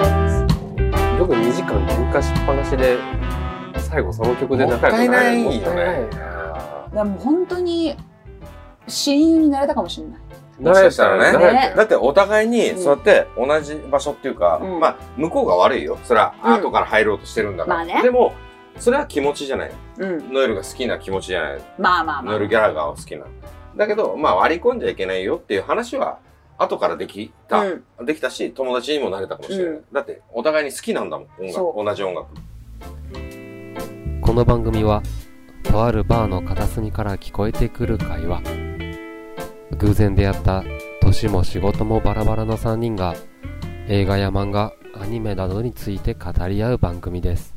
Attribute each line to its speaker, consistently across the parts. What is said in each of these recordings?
Speaker 1: 曲2時間喧嘩しっぱなしで最後その曲で仲良くなれる
Speaker 2: もったいないよね
Speaker 1: もったいな
Speaker 3: らもう本当に親友になれたかもしれない。
Speaker 2: もしかしたらね
Speaker 1: 慣れたよ
Speaker 2: だってお互いにそうやって同じ場所っていうか、
Speaker 3: うん
Speaker 2: まあ向こうが悪いよそれは
Speaker 3: うん
Speaker 2: アートから入ろうとしてるんだから、
Speaker 3: まあね
Speaker 2: でもそれは気持ちじゃない
Speaker 3: うん。
Speaker 2: ノエルが好きな気持ちじゃない
Speaker 3: まあまあま
Speaker 2: ノエ
Speaker 3: あ。
Speaker 2: ル・ギャラガーを好きなだけどまあ割り込んじゃいけないよっていう話は後からできた、
Speaker 3: うん
Speaker 2: できたし友達にもなれたかもしれない、
Speaker 3: うん
Speaker 2: だってお互いに好きなんだもん音
Speaker 3: そ
Speaker 2: 楽同じ音楽
Speaker 4: この番組はとあるバーの片隅から聞こえてくる会話偶然出会った年も仕事もバラバラの3人が映画や漫画アニメなどについて語り合う番組です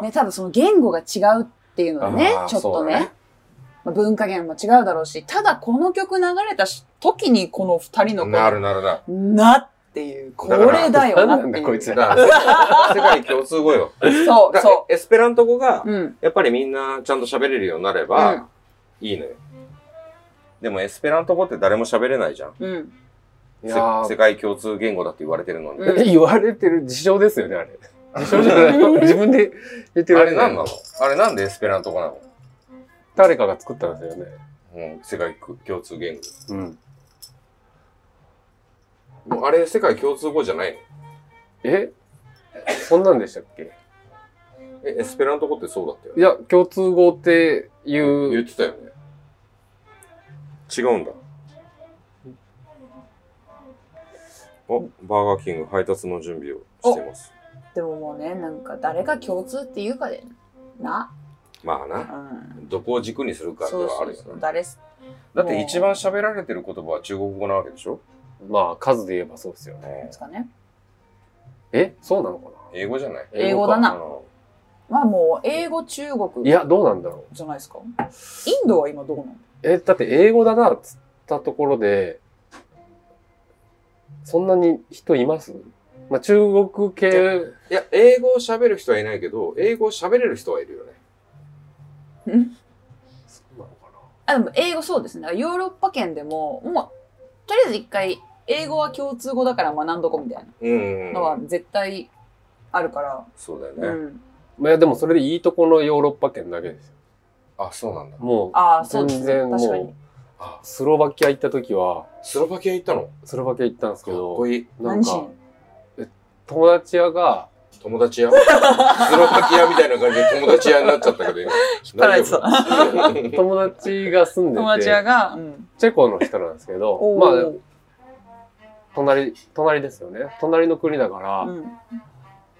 Speaker 3: ね、ただその言語が違うっていうのはね
Speaker 2: あー、
Speaker 3: ちょっと
Speaker 2: そうだ
Speaker 3: ね。
Speaker 2: ね
Speaker 3: まあ文化源も違うだろうし、ただこの曲流れたし時にこの二人の
Speaker 2: なるなるなる
Speaker 3: このなっていう、これだよ
Speaker 1: な
Speaker 3: なっ
Speaker 1: ん
Speaker 3: て
Speaker 1: だ
Speaker 3: いう。
Speaker 1: こいつ
Speaker 2: だから世界共通語よ
Speaker 3: そう
Speaker 2: だから
Speaker 3: そ
Speaker 2: エスペラント語が
Speaker 3: う。うん。
Speaker 2: やっぱりみんなちゃんと喋れるようになればいいのよ、でもエスペラント語って誰も喋れないじゃん
Speaker 3: うん。
Speaker 1: い
Speaker 2: せ
Speaker 1: やー
Speaker 2: 世界共通言語だって言われてるのに、
Speaker 3: うん
Speaker 1: って言われてる事象ですよねあれ事象じゃない自分で言ってる
Speaker 2: あ
Speaker 1: わ
Speaker 2: れ
Speaker 1: け
Speaker 2: なんなのあれなんでエスペラント語なの、
Speaker 1: 誰かが作ったんですよね
Speaker 2: うん、世界共通言
Speaker 1: うん
Speaker 2: 語もうあれ世界共通語じゃないの
Speaker 1: えそんなんでしたっけ
Speaker 2: えエスペラント語ってそうだったよ
Speaker 1: い
Speaker 2: ね
Speaker 1: や共通語ってい
Speaker 2: 言
Speaker 1: う
Speaker 2: ってたよね違うんだおバーガーキング配達の準備をしています
Speaker 3: でももうね、なんか誰が共通っていうかで、な。
Speaker 2: まあ
Speaker 3: う。
Speaker 2: なんどこを軸にするかって
Speaker 3: そう
Speaker 2: はあ
Speaker 3: そ
Speaker 2: る
Speaker 3: う
Speaker 2: よ
Speaker 3: そう。
Speaker 2: ね
Speaker 3: 誰す。
Speaker 2: だって一番喋られてる言葉は中国語なわけでしょ
Speaker 1: まあ数で言えばそうですよね
Speaker 3: ですかね。
Speaker 1: えそうなのかな
Speaker 2: 英語じゃない
Speaker 3: 英語だな
Speaker 1: 英か
Speaker 3: まあもう、英語、中国。
Speaker 1: いやどうなんだろう
Speaker 3: じゃないですか。インドは今どうなの
Speaker 1: えだって英語だなっつったところでそんなに人います、まあ、中国系
Speaker 2: いや英語を喋る人はいないけど英語を喋れる人はいるよね
Speaker 1: そうなのか
Speaker 3: あ、でも英語そうですね。だからヨーロッパ圏でも、もう、とりあえず一回、英語は共通語だから学んどこみたい
Speaker 2: うん
Speaker 3: なのは絶対あるから。
Speaker 2: そうだよ
Speaker 3: う
Speaker 2: ね、
Speaker 3: ん。
Speaker 1: な、まあ、いやでもそれでいいとこのヨーロッパ圏だけですよ
Speaker 2: あそうなんだ
Speaker 1: もう
Speaker 3: ああ、そうです
Speaker 1: 全
Speaker 3: ね。
Speaker 1: 然も
Speaker 3: 確かに
Speaker 1: う。スロバキア行った時は
Speaker 2: スロバキア行ったの
Speaker 1: スロバキア行ったんですけ
Speaker 2: かっ
Speaker 1: ど
Speaker 2: こいい
Speaker 1: なんか
Speaker 3: 何
Speaker 1: 友達屋が
Speaker 2: 友達屋 スロバキアみたいな感じで友達屋になっちゃったけど今
Speaker 3: 引っ張られてた
Speaker 2: 大丈夫
Speaker 1: 友達が住んで
Speaker 3: 友達
Speaker 1: て
Speaker 3: 屋が、うん。
Speaker 1: チェコの人なんですけど
Speaker 3: お
Speaker 1: ま
Speaker 3: ー
Speaker 1: あ隣隣ですよね隣の国だから、
Speaker 3: うん。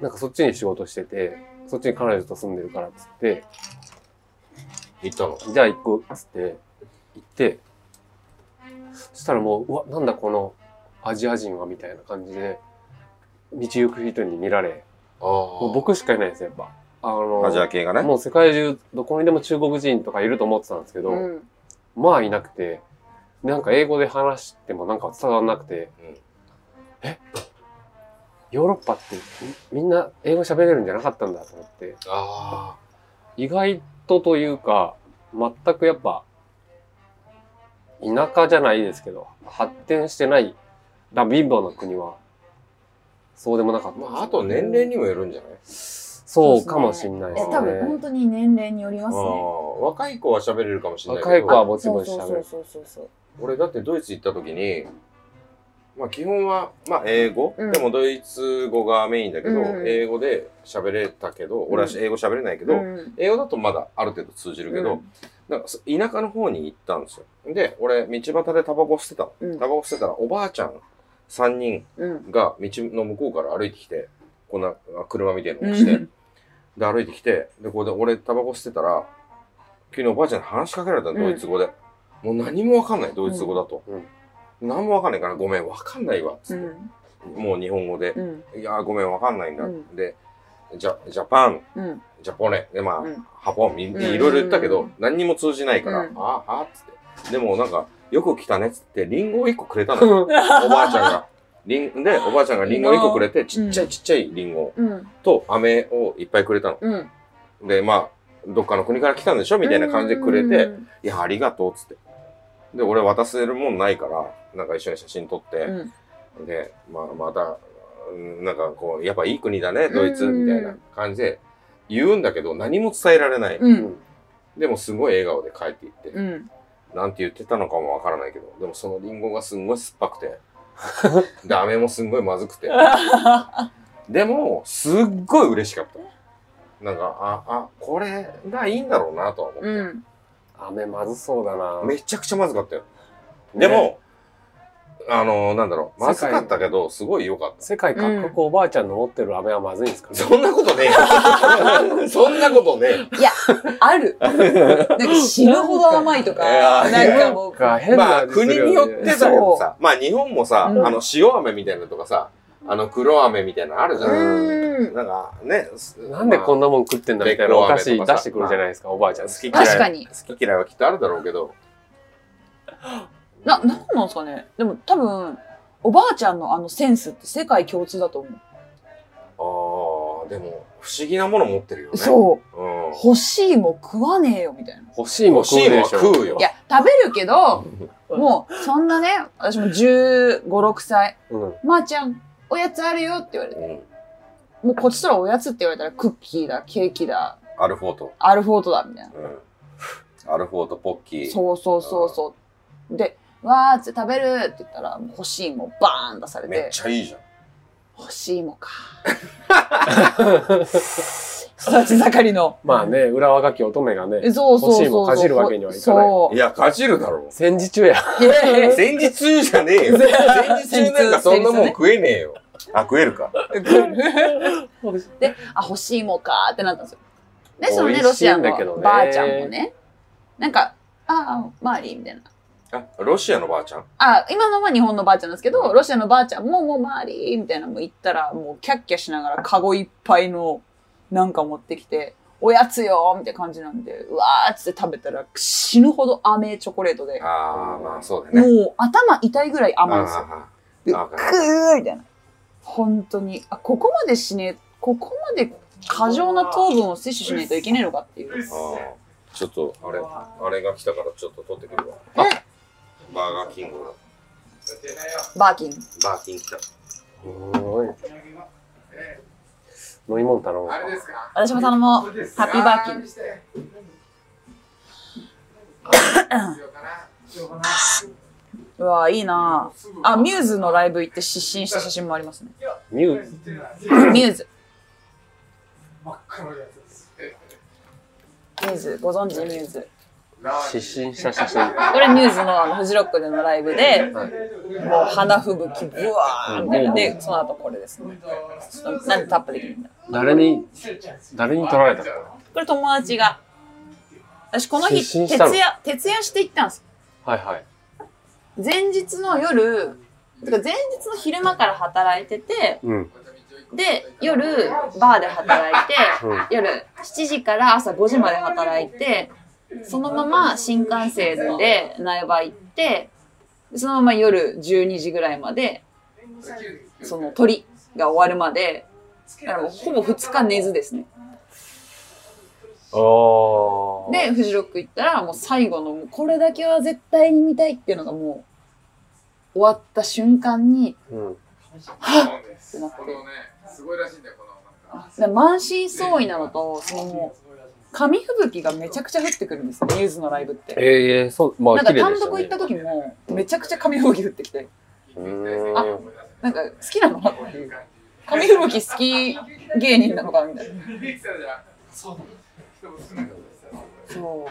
Speaker 1: なんかそっちに仕事しててそっちに彼女と住んでるからっつって
Speaker 2: 行ったの
Speaker 1: じゃあ行くっつって、行って、そしたらもう、うわ、なんだこのアジア人はみたいな感じで、道行く人に見られ、
Speaker 2: あ
Speaker 1: も
Speaker 2: あ
Speaker 1: う僕しかいないですよ、やっぱ。あの、
Speaker 2: アジア系がね
Speaker 1: もう世界中、どこにでも中国人とかいると思ってたんですけど、
Speaker 3: うん。
Speaker 1: まあいなくて、なんか英語で話してもなんか伝わんなくて、
Speaker 2: うん
Speaker 1: えヨーロッパってみみんな英語喋れるんじゃなかったんだと思って、
Speaker 2: あ
Speaker 1: 意外とというか全くやっぱ田舎じゃないですけど発展してないラ貧乏な国はそうでもなかっ
Speaker 2: あ
Speaker 1: た
Speaker 2: まああと年齢にもよるんじゃない
Speaker 1: そうかもしんない
Speaker 3: え、
Speaker 1: ですね
Speaker 3: 多分本当に年齢によります
Speaker 2: あ
Speaker 3: ね。
Speaker 2: あ若い子は喋れるかもしれないけど
Speaker 1: 若い子はぼちぼち
Speaker 3: そう
Speaker 1: 喋
Speaker 3: そう
Speaker 1: る
Speaker 3: そうそうそう。
Speaker 2: 俺だってドイツ行った時にまあ基本は、まあ、英語、
Speaker 3: うん
Speaker 2: でもドイツ語がメインだけど、
Speaker 3: うんうん
Speaker 2: 英語で喋れたけど俺は英語喋れないけど、
Speaker 3: うん
Speaker 2: 英語だとまだある程度通じるけど、なんかそ田舎の方に行ったんですよで俺道端でタバコ吸ってたの
Speaker 3: うん
Speaker 2: タバコ吸ってたらおばあちゃん3人
Speaker 3: うん。
Speaker 2: が道の向こうから歩いてきてこんなあ車みたいなのをして、
Speaker 3: うん。
Speaker 2: で歩いてきてでここで俺タバコ吸ってたら急におばあちゃんに話しかけられたの
Speaker 3: う
Speaker 2: ド
Speaker 3: ん
Speaker 2: イツ語で、もう何もわかんないドイツ語だと、
Speaker 1: うん
Speaker 2: 何もわかんないからごめんわかんないわっつ
Speaker 3: う
Speaker 2: って、
Speaker 3: ん。
Speaker 2: もう日本語で、
Speaker 3: うん。
Speaker 2: いやーごめんわかんないんだ、
Speaker 3: うん
Speaker 2: でジャジャパン
Speaker 3: うん。
Speaker 2: ジャポネでまあ、
Speaker 3: うん
Speaker 2: ハポンいい
Speaker 3: ん
Speaker 2: ろいろ言ったけど、何にも通じないから、
Speaker 3: うん
Speaker 2: あああっつってでもなんかよく来たねっつってリンゴを1個くれたのよおばあちゃんがリンで、おばあちゃんがリンゴ
Speaker 3: いい
Speaker 2: 1
Speaker 3: な
Speaker 2: 個くれて、ちっちゃいちっちゃいリンゴ
Speaker 3: うん。
Speaker 2: と飴をいっぱいくれたの。
Speaker 3: うん。
Speaker 2: で、まあ、どっかの国から来たんでしょみたいな感じでくれ
Speaker 3: う
Speaker 2: て、
Speaker 3: ん
Speaker 2: いや、ありがとう、つって。で、俺渡せるもんないから、なんか一緒に写真撮って、
Speaker 3: うん。
Speaker 2: で、まあ、また、うんなんかこう、やっぱいい国だね、ドイツ、みたいな感じで言うんだけど、何も伝えられない。
Speaker 3: う。
Speaker 1: うんん。
Speaker 2: でも、すごい笑顔で帰っていって、
Speaker 3: うん。
Speaker 2: なんて言ってたのかもわからないけど、でもそのリンゴがすんごい酸っぱくて、で、飴もすんごいまずくて、でも、すっごい嬉しかった。なんか、あ、あ、これがいいんだろうなとは思って。
Speaker 3: うん。
Speaker 1: 雨まずそうだな。
Speaker 2: めちゃくちゃまずかったよ。
Speaker 1: ね
Speaker 2: でも、あのなんだろう、ま
Speaker 1: 世
Speaker 2: ず
Speaker 1: 界
Speaker 2: かったけど、すごい良かった。
Speaker 1: 世界各国おばあちゃんの持ってる飴はまずいんですかね。
Speaker 2: そんなことねえよそんなことねえよ
Speaker 3: ある。なんか死ぬほど甘いとか、
Speaker 2: いや
Speaker 3: なんかもう、
Speaker 1: か変
Speaker 2: まあ、
Speaker 1: 味す
Speaker 2: 国
Speaker 1: るよ
Speaker 2: に
Speaker 1: ね
Speaker 2: よってだけどさ、まあ、日本もさ、
Speaker 3: うん
Speaker 2: あの、塩飴みたいなのとかさ、あの、黒飴みたいなのあるじゃ。
Speaker 1: うん
Speaker 3: うん。
Speaker 2: なんか、ね、
Speaker 1: なんでこん
Speaker 2: な、
Speaker 1: なもん食ってんだみたいなお菓子出してくるじゃないですか、おばあちゃん。
Speaker 2: 好き嫌い。
Speaker 3: 確かに。
Speaker 2: 好き嫌いはきっとあるだろうけど、
Speaker 3: な、なんなんですかね。でも多分、おばあちゃんのあのセンスって世界共通だと思
Speaker 2: ああでも、不思議なもの持ってるよ
Speaker 3: う。
Speaker 2: ね。
Speaker 3: そう。
Speaker 2: う。うん。
Speaker 3: 欲しいも食わねえよ、みたいな。
Speaker 1: 欲しいもん食うでしょ。
Speaker 2: 欲しいもん食うよ
Speaker 3: いや、食べるけど、もう、そんなね、私も15、6歳、
Speaker 1: うん。
Speaker 3: まー、ちゃん、おやつあるよって言われて、
Speaker 2: うん。
Speaker 3: もうこっちとらおやつって言われたら、クッキーだ、ケーキだ、
Speaker 2: アルフォート。
Speaker 3: アルフォートだ、みたいな。
Speaker 2: うん。アルフォート、ポッキー。
Speaker 3: そうそうそうそう。で、わーって食べるって言ったら、もう欲しいもんバーン出され、
Speaker 2: めってちゃいいじゃん。
Speaker 3: 欲しいもんか。 育ち盛りの。
Speaker 1: まあね、裏若き乙女がね、
Speaker 3: そうそうそうそ
Speaker 1: 欲しいもん
Speaker 3: う。
Speaker 1: かじるわけにはいかない
Speaker 3: そう
Speaker 2: い。や、かじるだろう。
Speaker 1: 戦時中や。
Speaker 3: いやいやいや
Speaker 2: 前日中じゃねえよ。前日中なんかそんなもん食えねえよ。あ、食えるか。
Speaker 3: で、あ、欲しいもんかーってなったんですよ。で、そのね、
Speaker 1: 美
Speaker 3: ロ
Speaker 1: 味し
Speaker 3: シ
Speaker 1: い
Speaker 3: ア
Speaker 1: んだけど
Speaker 3: の
Speaker 1: ね
Speaker 3: ばあちゃんもね、なんか、ああ、マーリーみたいな。
Speaker 2: あ、ロシアのばあちゃん
Speaker 3: あ、今のは日本のばあちゃんなんですけど、ロシアのばあちゃんも、もうマーリーみたいなのも言ったら、もうキャッキャしながら、カゴいっぱいの、なんか持ってきて、おやつよーみたいな感じなんで、うわーっつって食べたら、死ぬほど甘いチョコレートで、
Speaker 2: ああ、まあそうだよね。
Speaker 3: もう頭痛いぐらい甘いんですよ。
Speaker 2: あ
Speaker 3: で、く
Speaker 2: あ
Speaker 3: ーみたいな。本当に、あ、ここまでしねえ、ここまで過剰な糖分を摂取しないといけないのかっていう。
Speaker 2: ーあーちょっと、あれ、あれが来たからちょっと取ってくるわ。あバーガーキングの
Speaker 3: バーキン。
Speaker 2: バーキン来た。
Speaker 1: すごい。飲み物頼む。
Speaker 3: 私も頼もう。ハッピーバーキン。うわーいいなーあ、ミューズのライブ行って失神した写真もありま すね。
Speaker 1: ミュージ
Speaker 3: ミューズ。
Speaker 4: 真っ赤なやつです。
Speaker 3: ミューズ。ご存知ミューズ。
Speaker 1: 失神した写真。
Speaker 3: これミューズのあのフジロックでのライブで、もう花吹雪、ブワーみたいな。で、その後これですね。ちょっとなんでタップできるんだ
Speaker 1: 誰に、誰に撮られたの
Speaker 3: これ友達が。私この日、
Speaker 1: 失神
Speaker 3: 徹
Speaker 1: したの
Speaker 3: 夜、徹夜して行ったんです。
Speaker 1: はいはい。
Speaker 3: 前日の夜、てか前日の昼間から働いてて、
Speaker 1: うん。
Speaker 3: で、夜、バーで働いて、
Speaker 1: うん
Speaker 3: 夜7時から朝5時まで働いて、そのまま新幹線で苗場行って、そのまま夜12時ぐらいまで、その鳥が終わるまで、だからもうほぼ2日寝ずですね。
Speaker 1: おー。
Speaker 3: で、フジロック行ったら、もう最後の、もうこれだけは絶対に見たいっていうのがもう、終わった瞬間に、
Speaker 1: うん。
Speaker 3: てなって
Speaker 4: このね、すごいらしいんだよ、このなんか。
Speaker 3: だから満身創痍なのと、そのもう、
Speaker 4: すごいらしいんです
Speaker 3: 紙吹雪がめちゃくちゃ降ってくるんですよ、ミューズのライブって。
Speaker 1: ええそう、まあ
Speaker 3: なん
Speaker 1: 綺麗
Speaker 3: か単
Speaker 1: でしたね。
Speaker 3: 独行った時も、めちゃくちゃ紙吹雪降ってきて、
Speaker 1: う
Speaker 3: あ
Speaker 1: ーん。
Speaker 3: なんか好きなのっていう。紙吹雪好き芸人なのかみたいな。
Speaker 4: ミキサーじゃそう。人も少なかったです。
Speaker 3: そ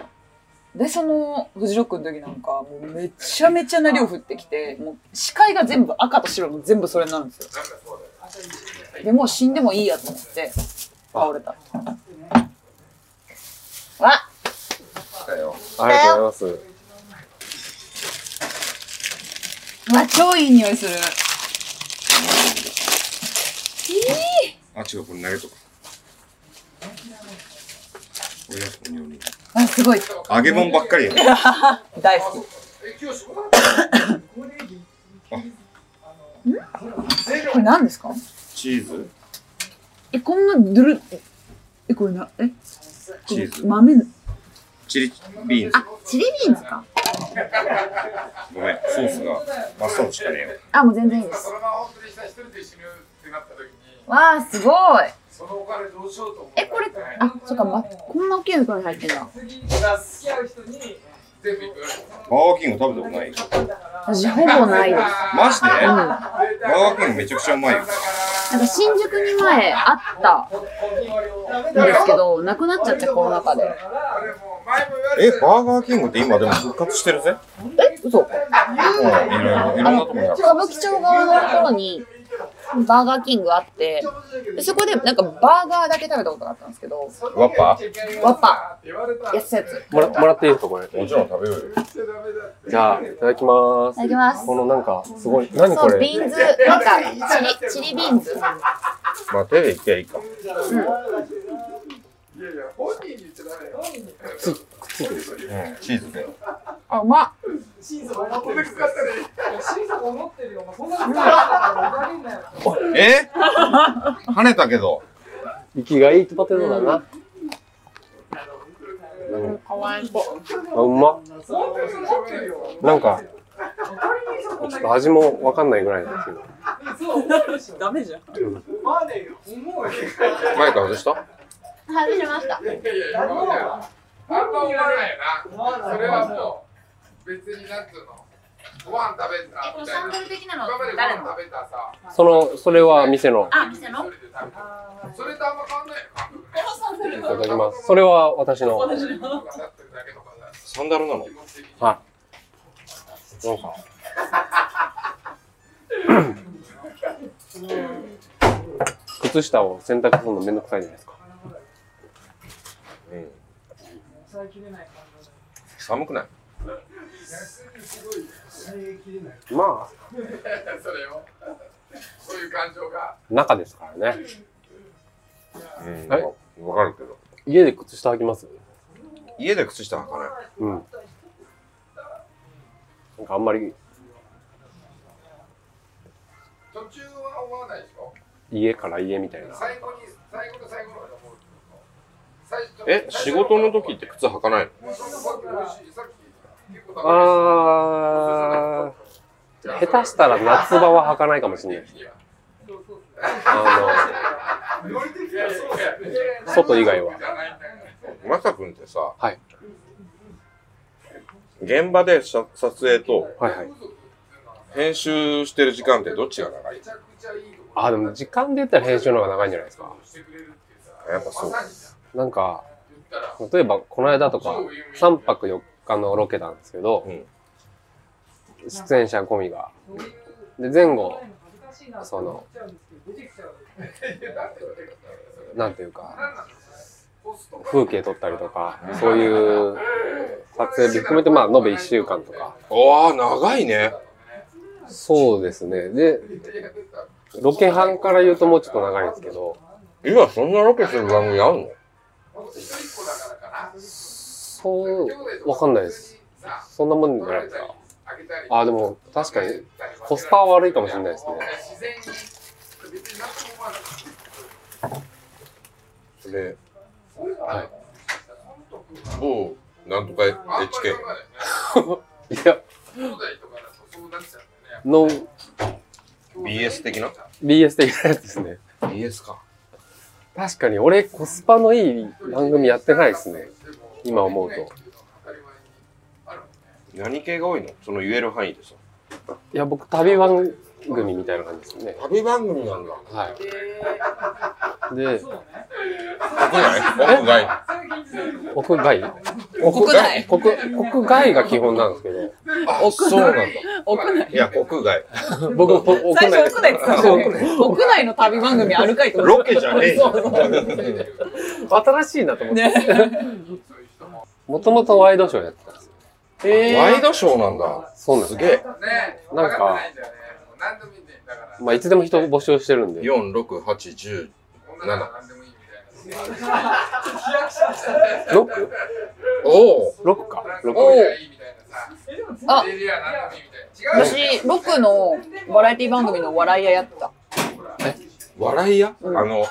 Speaker 3: う。で、その、フジロックの時なんか、もうめちゃめちゃな量降ってきて、もう視界が全部赤と白の全部それになるんですよ。でもう死んでもいいやと思って、倒れた。わ
Speaker 2: 来たよ。
Speaker 1: ありがとうございます。
Speaker 3: わ、超いい匂いする。
Speaker 2: あ、違う、これ投げとか。おやつのように。
Speaker 3: あ、すごい。
Speaker 2: 揚げ物ばっかりやね。
Speaker 3: 大好き。
Speaker 4: え、今日仕事だった。ここでいい。
Speaker 5: これ何ですか
Speaker 2: チーズ
Speaker 5: え、こんなドゥル、え、これな、え
Speaker 2: チーズ
Speaker 5: 豆、
Speaker 2: チリビーンズ
Speaker 5: あ、チリビーンズか。
Speaker 2: ごめんソースがマスタードしかねえよ
Speaker 5: あ、もう全然いいです
Speaker 4: そ。れが本当にさ一人で死ぬってなった時に
Speaker 5: わあ、すごい。
Speaker 4: そのお金どうしようと思う
Speaker 5: え、これ、あ、そっか、ま、こんな大きいのこれ入ってんだ。
Speaker 4: 次にが好き合う人に全部いく
Speaker 2: バーガーキング食べたことない
Speaker 5: 私、ほぼないです。
Speaker 2: マジで
Speaker 5: うん。な
Speaker 2: バ
Speaker 5: んか
Speaker 4: 絶
Speaker 2: ーガーキングめちゃくちゃうまいよ
Speaker 5: 新宿に前あったんですけど、なくなっちゃって、コロナ禍で。
Speaker 2: えバーガーキングって今でも復活してるぜ
Speaker 5: え、嘘。
Speaker 2: うんいろいろいろんなとこにある
Speaker 5: 歌舞伎町側のところに、バーガーキングあって、でそこでなんかバーガーだけ食べたことがあったんですけど、
Speaker 2: ワッパ
Speaker 5: ワッパ
Speaker 4: ー
Speaker 5: 安いやつ。い
Speaker 1: もらもらっていいですか、これ。
Speaker 2: もちろん食べようよ
Speaker 1: じゃあ、いただきます。
Speaker 5: ただきます。
Speaker 1: このなんか、すごい、何こ
Speaker 5: そう、
Speaker 1: れ
Speaker 5: ビーンズ、なんかチリ、チリビーンズ。
Speaker 2: まあ手でいけばいいか
Speaker 4: いやいや本人に言っちゃダメよ
Speaker 2: うんチーズで
Speaker 5: あ、うまっ。
Speaker 4: 審査が思ってるよ審査が思ってるよそんなことない
Speaker 2: え跳ねたけど
Speaker 1: 生きがいいポテトだな。
Speaker 5: かわいそう。
Speaker 1: あ、うまっ。
Speaker 4: 本当にそう思ってるよ
Speaker 1: なんか、ちょっと味もわかんないぐらいなんですけど。
Speaker 3: ダメじゃん。
Speaker 4: まあね思うよ
Speaker 2: マイク外した
Speaker 5: 外しました。
Speaker 4: いやもうあんま思わないよなそれはもう別になんつうのご飯食べたみたいな
Speaker 5: ル的な
Speaker 4: 今までご飯食べたさ
Speaker 1: その、それは店の。
Speaker 5: あ、店の
Speaker 4: それで食べたそれとあんま変わんないよ感覚ね
Speaker 1: いただきます。それは私の。
Speaker 4: なんかなってるだけとかだ
Speaker 2: サンダルなの
Speaker 4: 気持ち的に
Speaker 1: は
Speaker 2: どう か
Speaker 1: い。靴下を洗濯するのめんどくさいじゃないですか。
Speaker 2: なうん寒くない
Speaker 1: まあ、
Speaker 4: それをそういう感情が
Speaker 1: 中ですからね。
Speaker 2: うん
Speaker 1: はい
Speaker 2: わかるけど
Speaker 1: 家で靴下履きます
Speaker 2: 家で靴下履かない
Speaker 1: うん。なんかあんまり
Speaker 4: 途中は思わないでしょ
Speaker 1: 家から家みたいな。
Speaker 4: 最後に最後の最後の方で思う最初
Speaker 2: え仕事の時って靴履かない
Speaker 4: さっき美
Speaker 2: の
Speaker 4: 味しいさっき結構食べた
Speaker 1: あー、下手したら夏場は履かないかもしれない。あ外以外は
Speaker 2: 正君ってさ、
Speaker 1: はい
Speaker 2: 現場でさ撮影と
Speaker 1: の、はいはい。
Speaker 2: 編集してる時間ってどっちが長い
Speaker 4: めちゃくちゃいいとこ
Speaker 1: あー、でも時間で言ったら編集の方が長いんじゃないですか。
Speaker 4: してくれるっていうさ
Speaker 2: やっぱそう
Speaker 1: なんか、
Speaker 4: 言ったら
Speaker 1: 例えばこの間とか3泊4日のロケなんですけど、
Speaker 2: うん
Speaker 1: 出演者込みが。で、前後、そ
Speaker 6: そ
Speaker 1: の
Speaker 6: の、
Speaker 1: なんていうか、
Speaker 4: 何なんですかポスト
Speaker 1: 風景撮ったりとか
Speaker 2: うん、
Speaker 1: そういう撮影日含めて、まあ、延べ1週間とか。
Speaker 2: ああ長いね
Speaker 1: そうですね。で、ロケ班から言うともうちょっと長いんですけど、
Speaker 2: 今そんなロケする番組あんの
Speaker 4: 一人っ子だからかな
Speaker 1: そう、わかんないです。そんなもんじゃないですか。ああ、でも確かにコスパは悪いかもしれないですね。
Speaker 4: 自然に別に何とも思わない
Speaker 2: で
Speaker 1: はい
Speaker 2: 某なんとか HK
Speaker 1: いや、の
Speaker 2: BS 的な
Speaker 1: BS 的なやつですね。
Speaker 2: BS か
Speaker 1: 確かに俺コスパのいい番組やってないですね。今思うと。
Speaker 2: 何系が多いのその言える範囲でさ
Speaker 1: いや、僕旅番組みたいな感じですね。
Speaker 2: 旅番組なんだ
Speaker 1: はい。で、
Speaker 2: 国内国外あ
Speaker 1: 屋外
Speaker 5: 国内
Speaker 1: 国国外が基本なんですけど、
Speaker 2: そうなんだい
Speaker 3: 屋内。
Speaker 2: や国外
Speaker 1: 僕、屋内
Speaker 3: 最初屋内って言ってたよね屋内の旅番組あるかいと思っ
Speaker 2: ロケじゃねえよ
Speaker 1: 新しいなと思
Speaker 3: た。
Speaker 1: って。
Speaker 3: ね。
Speaker 1: もともとワイドショーやってたんですよ。
Speaker 2: ワイドショーなんだ
Speaker 1: そうなんですす
Speaker 2: げえ
Speaker 1: なんかまあ、いつでも人募集してるんで。
Speaker 2: 468107
Speaker 1: ロック
Speaker 2: おお
Speaker 1: ロックか。ロック。
Speaker 5: お
Speaker 4: あ
Speaker 5: 私、ロクのバラエティ番組の笑い屋やってた。
Speaker 2: 笑いや、
Speaker 3: うん
Speaker 2: あの、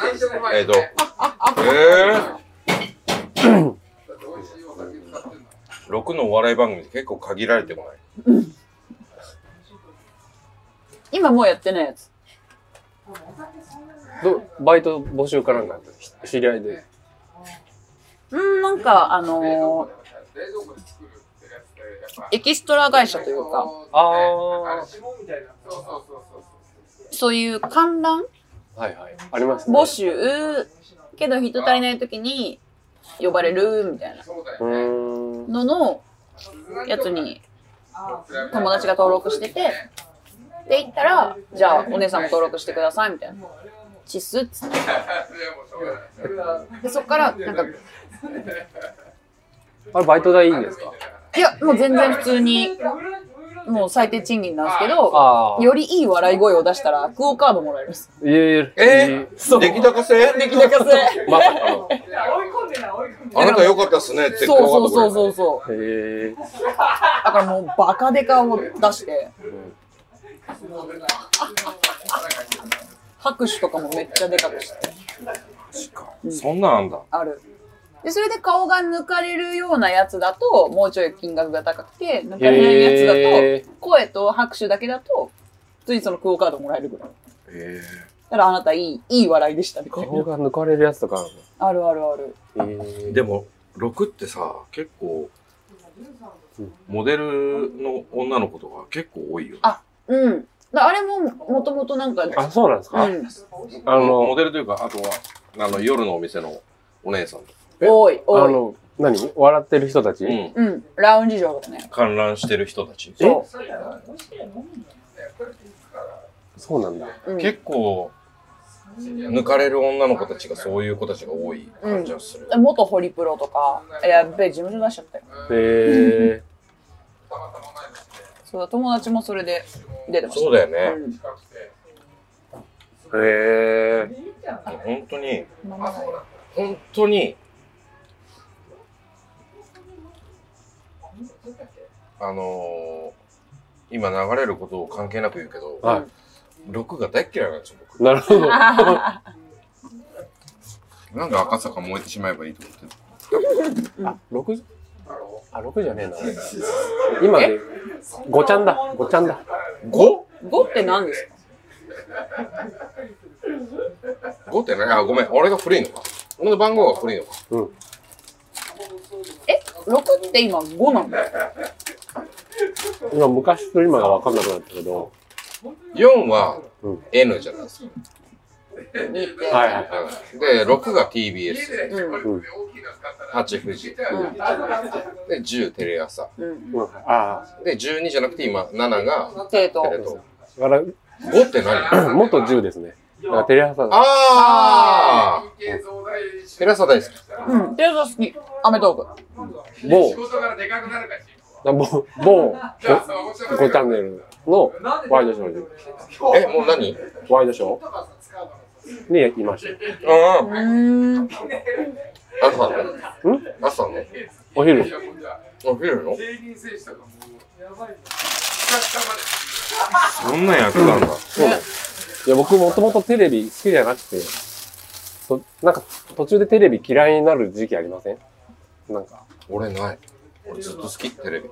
Speaker 4: 何でもうまい
Speaker 2: えっ、
Speaker 4: よ
Speaker 2: と、
Speaker 4: ね
Speaker 2: え
Speaker 4: だって美味しいお酒使ってんの
Speaker 2: ー、6のお笑い番組って結構限られてもない。
Speaker 3: 今もうやってないやつ。
Speaker 1: どバイト募集かなんかやってるひ知り合いで。
Speaker 3: うん、なんか、あ
Speaker 4: 冷蔵庫
Speaker 3: の
Speaker 4: で冷蔵庫で作るってやつってやっぱ
Speaker 3: ーエキストラ会社というか、
Speaker 1: あ
Speaker 4: あれ
Speaker 1: ー。
Speaker 4: 指紋みたいなそうそうそうそう
Speaker 3: そういう観覧
Speaker 1: はいはい。ありますね。
Speaker 3: 募集、けど人足りない時に呼ばれるみたいな
Speaker 4: そうだ
Speaker 1: う
Speaker 4: よね
Speaker 1: ーん。
Speaker 3: ののやつに友達が登録してて、で行ったら、じゃあお姉さんも登録してくださいみたいな。チスっつって。で、そっから、なんか、い
Speaker 1: あれ、バイト代いいんですか
Speaker 3: や、もう全然普通に、もう最低賃金なんですけど、
Speaker 1: ああ。
Speaker 3: よりいい笑い声を出したら、クオカードもらえるんです。
Speaker 1: いえいえ。
Speaker 2: えー、出来高制
Speaker 3: 出来高制。
Speaker 1: まさかの。へ
Speaker 2: あなた良かったっすねって
Speaker 3: そうそうそうそう
Speaker 2: う。
Speaker 3: そう。
Speaker 1: え。
Speaker 3: だからもうバカデカを出して、拍手とかもめっちゃでかくして
Speaker 2: そんなんあんだ。
Speaker 3: ある。で、それで顔が抜かれるようなやつだと、もうちょい金額が高くて、抜かれないやつだと、
Speaker 1: へえ。
Speaker 3: 声と拍手だけだと、普通にそのクオカードもらえるぐらい。
Speaker 2: え
Speaker 3: だからあなたいい、いい笑いでしたみたい
Speaker 1: 顔
Speaker 3: な。
Speaker 1: が抜かれるやつとかあ
Speaker 3: あるあるある。
Speaker 1: るの。へえ。
Speaker 2: ー、でも、6ってさ、結構
Speaker 1: うん、
Speaker 2: モデルの女の子とか結構多いよ。
Speaker 3: あうん。だあれも、もともとなんか、
Speaker 1: あ、そうなんですか、
Speaker 3: うん。
Speaker 1: あ
Speaker 2: モ
Speaker 1: の、
Speaker 2: デルというか、あとは、あの、夜のお店のお姉さんとか。
Speaker 1: え
Speaker 3: 多い、
Speaker 1: あ
Speaker 3: 多い。
Speaker 1: の、何笑ってる人たち、
Speaker 2: うん。
Speaker 3: うん。ラウンジ上だね。
Speaker 2: 観覧してる人たち。
Speaker 1: え
Speaker 3: そ
Speaker 1: そうなんだ。
Speaker 3: う。うん、
Speaker 2: 結構、抜かれる女の子たちがそういう子たちが多い感じがする。
Speaker 3: 元ホリプロとか、やっべえ、事務所出しちゃったよ。
Speaker 1: へえ。
Speaker 3: そうだ、友達もそれで出てました。
Speaker 2: そうだよね。
Speaker 3: うん
Speaker 1: へえ。
Speaker 2: 本当に、
Speaker 3: 飲まない
Speaker 2: 本当に、あのー、今流れることを関係なく言うけど、
Speaker 1: は
Speaker 2: 6が大っ嫌いなんですよ、僕
Speaker 1: い。。なるほど。
Speaker 2: なんで赤坂燃えてしまえばいいと思ってる
Speaker 1: 六あ、六じゃねえな。今で、五ちゃんだ。五ちゃんだ。
Speaker 2: ?5?5
Speaker 3: 5って何ですか
Speaker 2: ってね、あ、ごめん、俺が古いのか。俺の番号が古いのか。
Speaker 3: え ?6 って今5なの
Speaker 1: 今、昔と今が分かんなくなったけど。
Speaker 2: 4は
Speaker 1: うん
Speaker 2: N じゃないですか。
Speaker 3: ?2 って。
Speaker 1: はいはい。
Speaker 2: で、6が TBS、
Speaker 3: うん。
Speaker 1: うん。
Speaker 2: 8富士、
Speaker 3: うん
Speaker 2: で、10テレ朝。
Speaker 3: うん。
Speaker 1: うん、ああ。
Speaker 2: で、12じゃなくて今、7がテ
Speaker 3: デート。
Speaker 2: レ東。
Speaker 1: だから、
Speaker 2: 5って何
Speaker 1: 元10ですね。だからテレ朝だ。
Speaker 2: あーテレ朝大好き。
Speaker 3: うん。デート好き。アメトーク。
Speaker 1: 某
Speaker 4: 仕、事からでかくなるから
Speaker 1: 某、某、5チャンネルのワイドショーに、
Speaker 2: え、もう何
Speaker 1: ワイドショーにいました。
Speaker 2: う。
Speaker 3: うんーん。
Speaker 2: 朝の
Speaker 1: ん
Speaker 2: 朝の
Speaker 1: お昼。
Speaker 2: お昼の
Speaker 4: 競輪選手とかもうやばい
Speaker 2: そんなんやってたんだ。
Speaker 1: そうなんです。いや、僕もともとテレビ好きじゃなくて、となんか途中でテレビ嫌いになる時期ありませんなんか。
Speaker 2: 俺ない。俺ずっと好き、テレビ。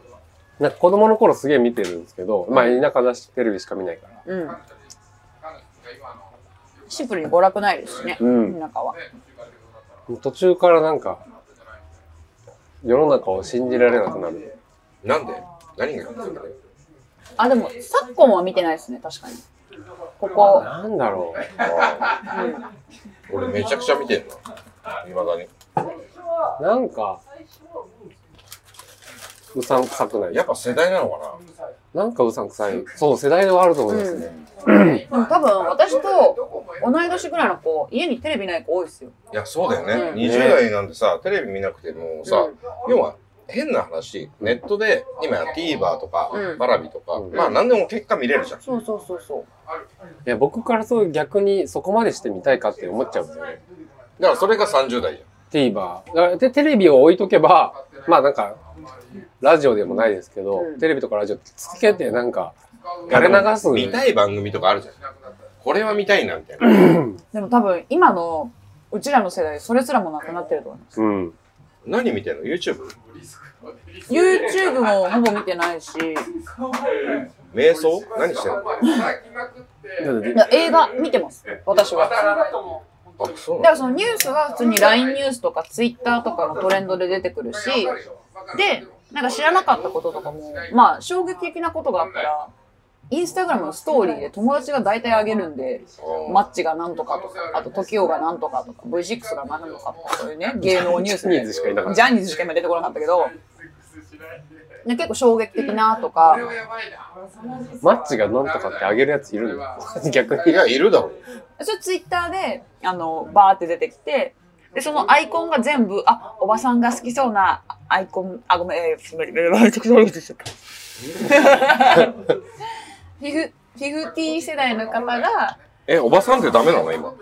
Speaker 1: なんか子供の頃すげえ見てるんですけど、まあ田舎だしテレビしか見ないから。
Speaker 3: うん。シンプルに娯楽ないですしね。
Speaker 1: うん。
Speaker 3: 田舎は。
Speaker 1: 途中からなんか、世の中を信じられなくなる。
Speaker 2: なんで何がやってたんだね
Speaker 3: あ、でも、昨今は見てないですね、確かに。ここ。
Speaker 1: なんだろう。
Speaker 2: あ
Speaker 3: うん
Speaker 2: ー俺めちゃくちゃ見てんの。いまだに。
Speaker 1: なんか、うさんくさくない。
Speaker 2: やっぱ世代なのか
Speaker 1: なんかうさんくさい。そう、世代ではあると思いますね。
Speaker 3: でも多分、私と同い年ぐらいの子、家にテレビない子多いですよ。
Speaker 2: ないや、そうだよ
Speaker 3: うん
Speaker 2: ね。20代なんてさ、テレビ見なくてもさ、要は、変な話、ネットで、今や TVer とか
Speaker 3: う、ん
Speaker 2: パラビとか、
Speaker 1: うん
Speaker 2: まあ何でも結果見れるじゃん。
Speaker 3: そうそうそうそう。
Speaker 1: いや、僕からそう逆にそこまでしてみたいかって思っちゃうんですよね。
Speaker 2: だからそれが30代じ
Speaker 1: TVer。だからで、テレビを置いとけば、まあなんか、ラジオでもないですけど、
Speaker 3: うん
Speaker 1: テレビとかラジオつけてなんか、
Speaker 2: ゃん。
Speaker 1: 垂れ流す
Speaker 2: 見たい番組とかあるじゃん。これは見たいな、みたいな。
Speaker 3: でも多分今のうちらの世代それすらもなくなってると思います
Speaker 1: うん。
Speaker 2: 何見てんの ?YouTube?
Speaker 3: YouTube もほぼ見てないし
Speaker 2: 瞑想何してんの
Speaker 1: だって
Speaker 3: いや映画見てます私は
Speaker 2: あ、そう
Speaker 3: だ
Speaker 2: な
Speaker 3: か
Speaker 2: の
Speaker 3: らそのニュースは普通に LINE ニュースとか Twitter とかのトレンドで出てくるしでなんか知らなかったこととかもまあ衝撃的なことがあったらインスタグラムのストーリーで友達が大体あげるんでマッチがなんとかとか、あと TOKIO がなんとかとか、V6 がなんとかとか、そういうね、芸能ニュース
Speaker 1: ジャ
Speaker 3: で
Speaker 1: ニーズしかいなかった
Speaker 3: ジャニーズしか今出てこなかったけど、ね、結構衝撃的なとか、
Speaker 1: マッチがなんとかってあげるやついるの 逆に
Speaker 2: い。や、いるだろう。
Speaker 3: それツイッターで、あの、バーって出てきて、で、そのアイコンが全部、あ、おばさんが好きそうなアイコン、あ、ごめん、えー、無理無理無理めちゃくちゃ悪口しち ゃった。フィフ、フィフティ世代の方が、
Speaker 2: え、おばさんってダメなの今。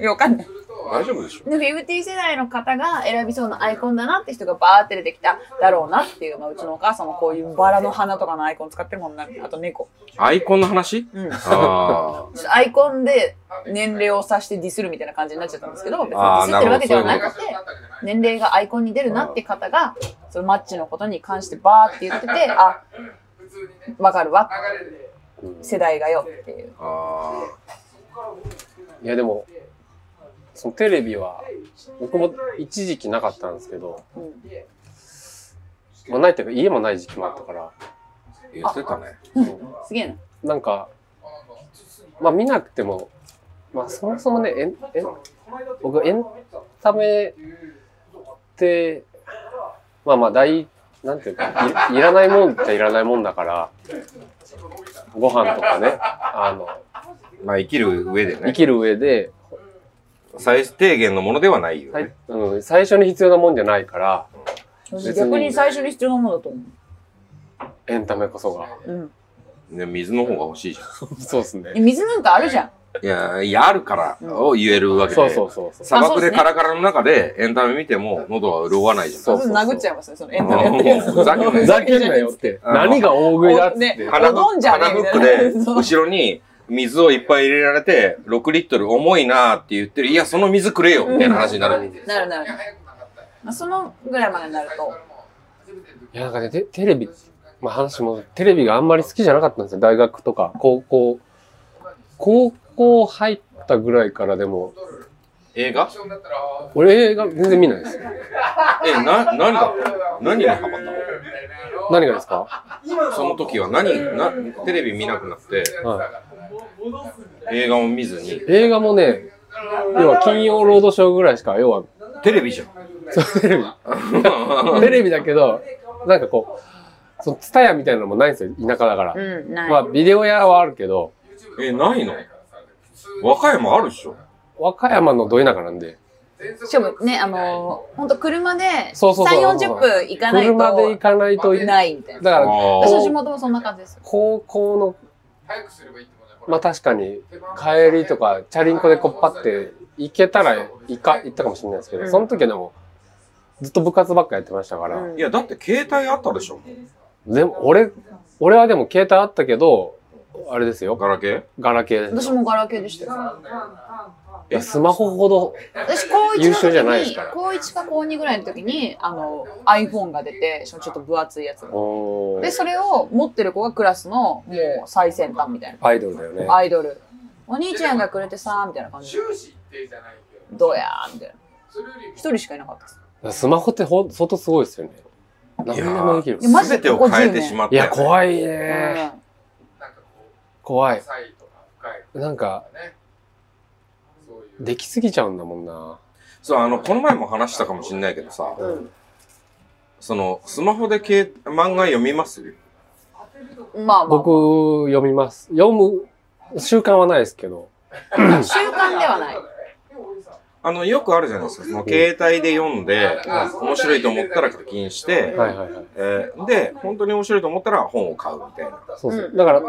Speaker 3: いやわかんない。
Speaker 2: 大丈夫でしょ
Speaker 3: で、フィフティ世代の方が選びそうなアイコンだなって人がバーって出てきただろうなっていう、まあ、うちのお母さんもこういうバラの花とかのアイコン使ってるもんな、あと猫。
Speaker 2: アイコンの話
Speaker 3: うん。
Speaker 2: あ
Speaker 3: アイコンで年齢を指してディスるみたいな感じになっちゃったんですけど、別にディスってるわけではなくて、年齢がアイコンに出るなって方が、そのマッチのことに関してバーって言ってて、あ、わかるわ、世代がよっていう。
Speaker 2: あ。あ
Speaker 1: いやでも、そのテレビは、僕も一時期なかったんですけど、
Speaker 3: うん
Speaker 1: まあないというか家もない時期もあったから、
Speaker 2: あ。言ってたね。
Speaker 3: すげえ
Speaker 1: な
Speaker 3: な。
Speaker 1: んか、まあ見なくても、まあそもそもね、エンエン僕エンタメって、まあまあ大、なんていうか、いいらないもんっていらないもんだから、ご飯とかね、あの、
Speaker 2: まあ、生きる上で
Speaker 1: 生
Speaker 2: ね。
Speaker 1: きる上で、
Speaker 2: 最低限のものではないよ
Speaker 1: 最
Speaker 2: ね。
Speaker 1: うん、最初に必要なもんじゃないから、
Speaker 3: 私逆に最初に必要なものだと思
Speaker 1: エンタメこそが。
Speaker 3: う。うん。
Speaker 2: ね水の方が欲しいじゃん。
Speaker 1: そうですね。
Speaker 3: え水なんかあるじゃん。
Speaker 2: いや、いや、あるからを言えるわけで。
Speaker 1: そうそうそうそう。
Speaker 2: 砂漠
Speaker 3: あそうです
Speaker 2: で
Speaker 3: ね
Speaker 2: カラカラの中でエンタメ見ても喉は潤わないじゃん。
Speaker 1: そう
Speaker 3: そう殴っちゃいますね、そのエンタメやってるや
Speaker 2: もうふざけんな
Speaker 1: ふ
Speaker 2: よ
Speaker 1: ざけんなよって。
Speaker 2: あの
Speaker 1: 何が大食いだっつって。
Speaker 3: ね
Speaker 2: 鼻
Speaker 3: おどんじゃねえ
Speaker 2: 鼻
Speaker 3: み
Speaker 2: フック
Speaker 3: たいな
Speaker 2: で、
Speaker 3: そう
Speaker 2: 後ろに水をいっぱい入れられて、6リットル重いなーって言ってる、いや、その水くれよみたいな話になる。
Speaker 3: つ。なるなる。まあ、そのぐらいまでになると。
Speaker 1: いや、なんかね、テテレビ、まあ話も、テレビがあんまり好きじゃなかったんですよ。大学とか、高校。高校入ったぐらいからでも、
Speaker 2: 映画
Speaker 1: 俺映画全然見ないです。
Speaker 2: え、な、何が何にハマったの
Speaker 1: 何がですか
Speaker 2: その時は何、な、テレビ見なくなって、
Speaker 1: は
Speaker 2: 映画も見ずに
Speaker 1: い。、映画もね、要は金曜ロードショーぐらいしか、要は、
Speaker 2: テレビじゃん。
Speaker 1: そうテレビ。テレビだけど、なんかこう、そのツタヤみたいなのもないんですよ、田舎だから。
Speaker 3: うん、ない。
Speaker 1: まあ、ビデオ屋はあるけど、
Speaker 2: え、ないの和歌山あるでしょ
Speaker 1: 和歌山のど田舎なんで、
Speaker 3: しかもね、あのー、ほんと車で3、
Speaker 1: そうそうそう
Speaker 3: 40分行かないと。
Speaker 1: 車で行かないといだ
Speaker 3: ないみたいな。
Speaker 1: か
Speaker 2: あ
Speaker 1: ら、
Speaker 3: 私の地
Speaker 2: ー
Speaker 3: 元もそんな感じですよ。
Speaker 1: 高校の、
Speaker 4: 早くすればいいってことだよ
Speaker 1: まあ確かに、帰りとか、チャリンコでこっぱって行けたら行か、行ったかもしれないですけど、
Speaker 3: うん
Speaker 1: その時はでも、ずっと部活ばっかやってましたから、
Speaker 3: うん
Speaker 2: いや、だって携帯あったでしょ
Speaker 1: でも、俺、俺はでも携帯あったけど、あれですよ、
Speaker 2: ガラケー
Speaker 1: ガラケーです
Speaker 3: 私もガラケーでしたよ。
Speaker 1: いや。スマホほど、
Speaker 3: 私、高
Speaker 1: 優
Speaker 3: 1
Speaker 1: 秀じゃないで
Speaker 3: の時
Speaker 1: す
Speaker 3: に
Speaker 1: から、
Speaker 3: 高1か高2ぐらいの時に、あの、iPhone が出て、しかもちょっと分厚いやつが。
Speaker 1: おー
Speaker 3: で、それを持ってる子がクラスの、もう最先端みたい
Speaker 1: アイドルだよね
Speaker 3: な。。アイドル。お兄ちゃんがくれてさー、みたいな感じで。
Speaker 4: 終始一定じゃないけど
Speaker 3: どうやー、みたいな。
Speaker 4: それよりも
Speaker 3: 一人しかいなかったです。
Speaker 1: スマホってほん、相当すごいですよね。何でもできる
Speaker 3: い。やマジ
Speaker 2: 全てを変えてしまっ
Speaker 1: い
Speaker 2: たよ
Speaker 1: や、
Speaker 2: ね。
Speaker 1: 怖いね。
Speaker 3: うん
Speaker 4: なんかこう
Speaker 1: 怖い。
Speaker 4: 浅いとか深い
Speaker 1: なん
Speaker 4: と
Speaker 1: か、
Speaker 4: かねそういう
Speaker 1: できすぎちゃうんだもんな。
Speaker 2: そう、あの、この前も話したかもしれないけどさ、
Speaker 1: うん
Speaker 2: その、スマホでけ漫画読みます
Speaker 3: まあまあ、習
Speaker 1: 僕、読みます。読む習慣はないですけ ど。
Speaker 3: 慣ではない。
Speaker 2: あの、よくあるじゃないですか。その、携帯で読んで、
Speaker 4: うん
Speaker 2: 面白いと思ったら課金して、
Speaker 1: はいはいはい。
Speaker 2: えーで、本当に面白いと思ったら本を買うみたいな。
Speaker 1: そうそうう。だから、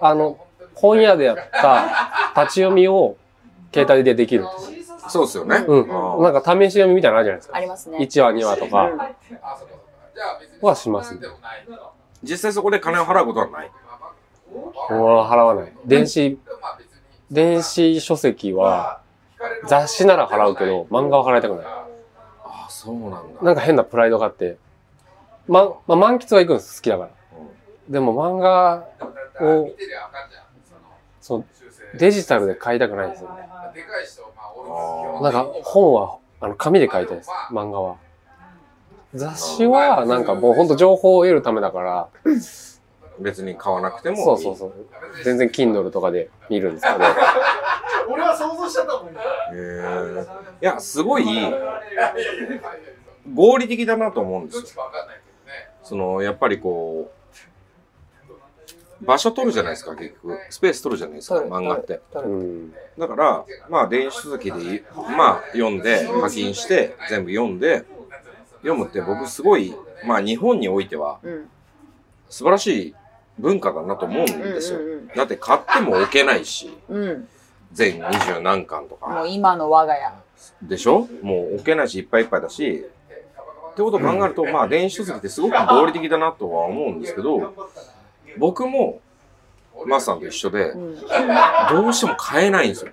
Speaker 1: あの、本屋
Speaker 4: で
Speaker 1: でやった立ち読みを携帯でできる。
Speaker 2: そうですよね。
Speaker 1: う
Speaker 2: あ
Speaker 1: ん。なんか試し読みみたいなのあるじゃないですか。
Speaker 3: ありますね。
Speaker 1: 1話、2話とか。はしますね
Speaker 2: 実際そこで金を払うことはない。
Speaker 1: もう払わない。電子電子書籍は雑誌なら払うけど漫画は払いたくない
Speaker 2: ああ、そうなんだ。
Speaker 1: なんか変なプライドがあって、ま、まあ、満喫は行くんです、好きだから。でも漫画、を
Speaker 4: 見てりゃわかんじゃんその
Speaker 1: そう、
Speaker 4: 修正
Speaker 1: デジタルで買いたくないんですよね。
Speaker 4: でかい人はまあ
Speaker 2: あー
Speaker 1: なんか本は、あの、紙で買いたいです、漫画は。雑誌は、なんかもうほんと情報を得るためだから、
Speaker 2: 別に買わなくてもいい。
Speaker 1: そうそうそう。全然 Kindle とかで見るんですけど。
Speaker 6: 俺は想像しちゃったもん。
Speaker 2: へーいや、すごい
Speaker 4: いやいやいやいや
Speaker 2: 合理的だなと思うんです
Speaker 4: どっ
Speaker 2: よ。
Speaker 4: ちかわかんないけどね
Speaker 2: その、やっぱりこう、場所取るじゃないですか、結局。スペース取るじゃないですか、
Speaker 3: 取る
Speaker 2: 漫画って。
Speaker 1: うん。
Speaker 2: だから、まあ、電子書籍でい、まあ、読んで、課金して、全部読んで、読むって僕すごい、まあ、日本においては
Speaker 3: うん、
Speaker 2: 素晴らしい文化だなと思うんですよ。だって買っても置けないし、
Speaker 3: うん。
Speaker 2: 全二十何巻と
Speaker 3: も
Speaker 2: か。
Speaker 3: う今の我が家。
Speaker 2: でしょもう置けないし、いっぱいいっぱいだし。ってことを考えると、まあ、電子書籍ってすごく合理的だなとは思うんですけど、僕も、マスさんと一緒で
Speaker 3: う、ん。
Speaker 2: どうしても買えないんですよ。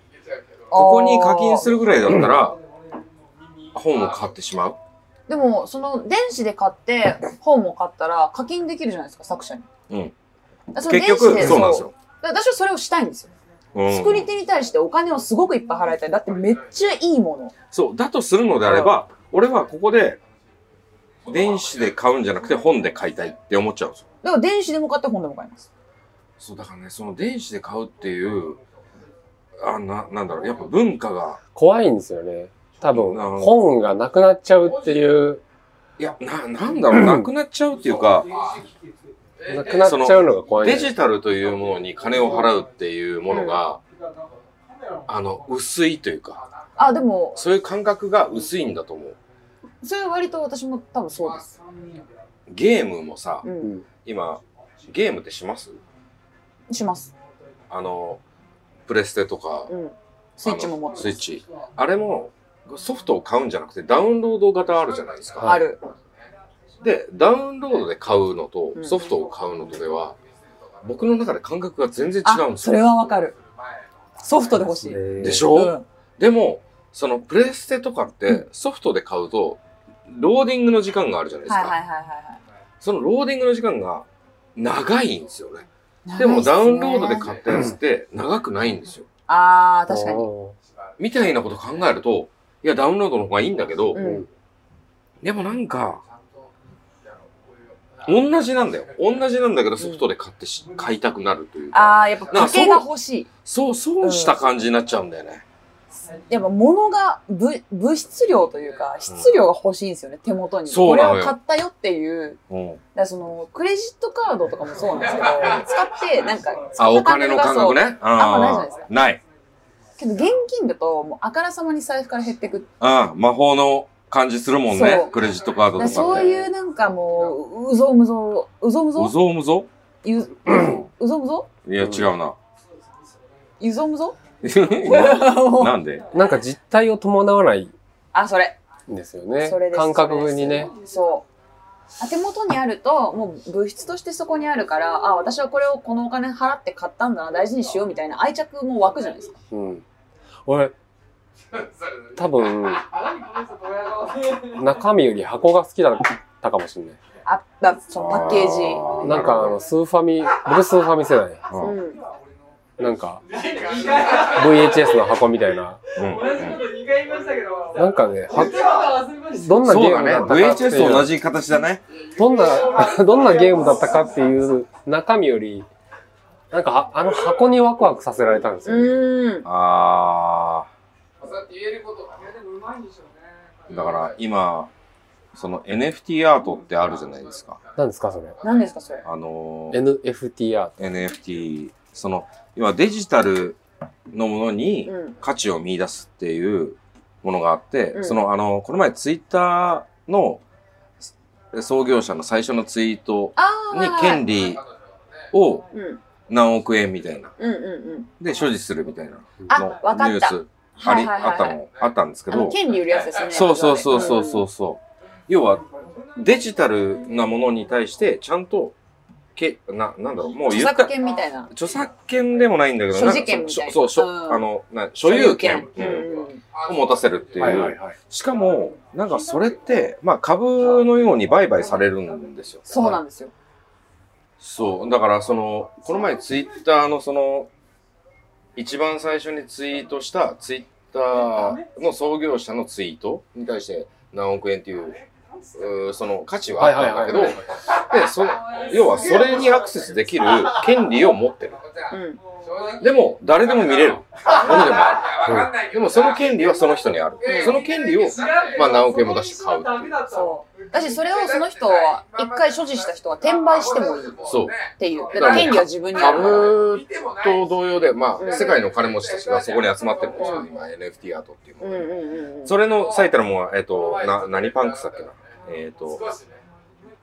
Speaker 2: ここに課金するぐらいだったら、本を買ってしまう。
Speaker 3: でも、その電子で買って、本も買ったら課金できるじゃないですか、作者に。
Speaker 2: うん
Speaker 3: だから。
Speaker 2: 結
Speaker 3: その電
Speaker 2: 局、
Speaker 3: 子
Speaker 2: そうなんですよ。
Speaker 3: だから私はそれをしたいんですよ。
Speaker 2: うん
Speaker 3: 作り手に対してお金をすごくいっぱい払いたい。だってめっちゃいいもの。
Speaker 2: そう、だとするのであれば、俺はここで、電子で買うんじゃなくて本で買いたいって思っちゃうんですよ。
Speaker 3: だから電子でも買って本でも買います。
Speaker 2: そう、だからね、その電子で買うっていう、あ、な、なんだろう、やっぱ文化が、
Speaker 1: 怖いんですよね。多分、
Speaker 2: なるほど
Speaker 1: 本がなくなっちゃうっていう、
Speaker 2: いや、な、なんだろう、なくなっちゃうっていうか、
Speaker 1: なくなっちゃうのが怖いん
Speaker 2: デ
Speaker 1: ですよ。
Speaker 2: ジタルというものに金を払うっていうものが、あの、薄いというか、
Speaker 3: あ、でも、
Speaker 2: そういう感覚が薄いんだと思う。
Speaker 3: それは割と私も多分そうです。
Speaker 2: ゲームもさ、
Speaker 3: うん。
Speaker 2: 今、ゲームってします
Speaker 3: します。
Speaker 2: あの、プレステとか、
Speaker 3: うん。スイッチも持って
Speaker 2: スイ
Speaker 3: ま
Speaker 2: ッ
Speaker 3: す。
Speaker 2: チ。あれも、ソフトを買うんじゃなくて、ダウンロード型あるじゃないですか。
Speaker 1: はい
Speaker 3: ある。
Speaker 2: で、ダウンロードで買うのと
Speaker 3: う、ん
Speaker 2: ソフトを買うのとでは、僕の中で感覚が全然違うん
Speaker 3: あ、
Speaker 2: です
Speaker 3: そ
Speaker 2: よ。
Speaker 3: れはわかる。ソフトで欲しい。
Speaker 2: でし
Speaker 3: う
Speaker 2: ょ
Speaker 3: ん。
Speaker 2: でも、そのプレステとかって、ソフトで買うと、ローディングの時間があるじゃないです
Speaker 3: はいはいはい
Speaker 2: か。
Speaker 3: は
Speaker 2: そのローディングの時間が長いんですよね。
Speaker 3: いはい。
Speaker 2: でも、ダ
Speaker 3: 長い
Speaker 2: ウ
Speaker 3: っす
Speaker 2: ン
Speaker 3: ね
Speaker 2: ロードで買ったやつって、長くないんですよ。
Speaker 3: ああ、確かに。
Speaker 2: みたいなこと考えると、いや、ダウンロードの方がいいんだけど、
Speaker 3: うん。
Speaker 2: でもなんか、同じなんだよ。同じなんだけど、ソフトで買ってし、買いたくなるというか。
Speaker 3: ああ、やっぱ家計が欲しい。
Speaker 2: そう、損した感じになっちゃうんだよね。
Speaker 3: やっぱ物が物、物質量というか、質量が欲しいんですよね、手元に。
Speaker 2: そう
Speaker 3: これ
Speaker 2: なの
Speaker 3: を
Speaker 2: よ
Speaker 3: 買ったよっていう。
Speaker 2: うん。
Speaker 3: だからその、クレジットカードとかもそうなんで すけど、使って、なんか、
Speaker 2: あ、お金の感覚ね。
Speaker 3: あんまないじゃな
Speaker 2: あ
Speaker 3: いですか
Speaker 2: あ、ない。
Speaker 3: けど現金だと、もうあからさまに財布から減ってくって。
Speaker 2: ああ、魔法の感じするもん
Speaker 3: そ
Speaker 2: ね
Speaker 3: う。
Speaker 2: クレジットカード
Speaker 3: だ
Speaker 2: と
Speaker 3: か
Speaker 2: からって。
Speaker 3: そういうなんかもう、うぞうむぞう、うぞうむぞ
Speaker 2: うぞうむぞ
Speaker 3: ゆうぞむぞ
Speaker 2: いや、違うな。
Speaker 3: ゆぞむぞ
Speaker 2: なんで
Speaker 1: なんか実態を伴わない
Speaker 3: あ、それ。
Speaker 1: んですよね
Speaker 3: それ。です
Speaker 1: 感覚にね。
Speaker 3: そう。あ手元にあると、もう物質としてそこにあるから、あ、私はこれをこのお金払って買ったんだな、大事にしようみたいな愛着も湧くじゃないですか。
Speaker 1: うん。俺、多分、中身より箱が好きだったかもしれない。
Speaker 3: あ、だそのパッケージ。
Speaker 1: なんかあの、スーファミ、僕スーファミ世代。
Speaker 2: うん。
Speaker 3: うん。
Speaker 1: なんか、VHS の箱みたいな。
Speaker 2: うん
Speaker 6: 同じこと2回言いましたけど。
Speaker 1: なんかね、は
Speaker 6: は忘れました。
Speaker 1: どんなゲ
Speaker 2: そ
Speaker 1: ー
Speaker 2: うだ
Speaker 1: ムだ
Speaker 2: ね
Speaker 1: った。かって
Speaker 2: VHS と同
Speaker 1: いう、
Speaker 2: じ形だね。
Speaker 1: どんな、 どんなゲームだったかっていう中身より、なんかはあの箱にワクワクさせられたんですよね。
Speaker 3: うん。
Speaker 2: あ
Speaker 4: そうやって言えることがね
Speaker 2: あ、だから今、その NFT アートってあるじゃないですか。
Speaker 1: 何ですか、それ。
Speaker 3: 何ですか、それ。
Speaker 2: あのー
Speaker 1: NFTR。
Speaker 2: NFT、その、要はデジタルのものに
Speaker 3: うん。
Speaker 2: 価値を見出すっていうものがあって、
Speaker 3: うん
Speaker 2: その、あの、この前ツイッターの創業者の最初のツイート
Speaker 3: ああ、はい
Speaker 2: に
Speaker 3: はい
Speaker 2: 権利を
Speaker 3: うん。
Speaker 2: 何億円みたいな、
Speaker 3: うんうんうん。
Speaker 2: で、所持するみたいな
Speaker 3: あ
Speaker 2: の
Speaker 3: わか
Speaker 2: ニュ
Speaker 3: っ
Speaker 2: ース
Speaker 3: た
Speaker 2: あ
Speaker 3: はい
Speaker 2: り、
Speaker 3: はいは
Speaker 2: あ
Speaker 3: い
Speaker 2: った
Speaker 3: はい。
Speaker 2: の、あったんですけ
Speaker 3: あ
Speaker 2: ど
Speaker 3: の、、権利売るやつですよね。
Speaker 2: そうそうそうそう
Speaker 3: う
Speaker 2: そうそう。要は、デジタルなものに対して、ちゃんとけ、な、なんだろう、もう
Speaker 3: 著
Speaker 2: 言っ
Speaker 3: 作
Speaker 2: た。
Speaker 3: 権みたいな。
Speaker 2: 著作権でもないんだけど、
Speaker 3: 所持権
Speaker 2: んか
Speaker 3: みたいな
Speaker 2: そう、所
Speaker 3: うん
Speaker 2: あの、な所有権
Speaker 3: 所有
Speaker 2: うん
Speaker 3: うんうん
Speaker 2: を持たせるって
Speaker 1: はい
Speaker 2: い
Speaker 1: は
Speaker 2: う
Speaker 1: い。はい。
Speaker 2: しかも、なんかそれって、まあ株のように売買されるんですよ。
Speaker 3: そうなんですよ。
Speaker 2: そう。だから、その、この前ツイッターのその、一番最初にツイートしたツイッターの創業者のツイートに対して何億円っていう、うーその価値はあったんだけど、
Speaker 1: はいはい
Speaker 2: で、その、要はそれにアクセスできる権利を持ってる。
Speaker 3: うん。
Speaker 2: でも、誰でも見れるものでもあ
Speaker 4: わかんないけ
Speaker 2: る。で
Speaker 4: ど
Speaker 2: も、その権利はその人にある。その権利を、まあ何億円も出して買うっていう。
Speaker 3: そう。だし、それをその人は、一回所持した人は転売してもいいっ
Speaker 2: そう
Speaker 3: ていう。だから権利は自分にあるから。
Speaker 2: 株と同様で、ま
Speaker 3: う
Speaker 2: あ、
Speaker 3: ん
Speaker 2: 世界の金持ちたちがそこに集まってるんですよ、
Speaker 3: うん
Speaker 2: 今 NFT アートっていうも
Speaker 3: うん
Speaker 2: の
Speaker 3: う
Speaker 2: に。
Speaker 3: んうんうん。
Speaker 2: それの最たるものは、えっと、な、何パンクスだっけな。えっと、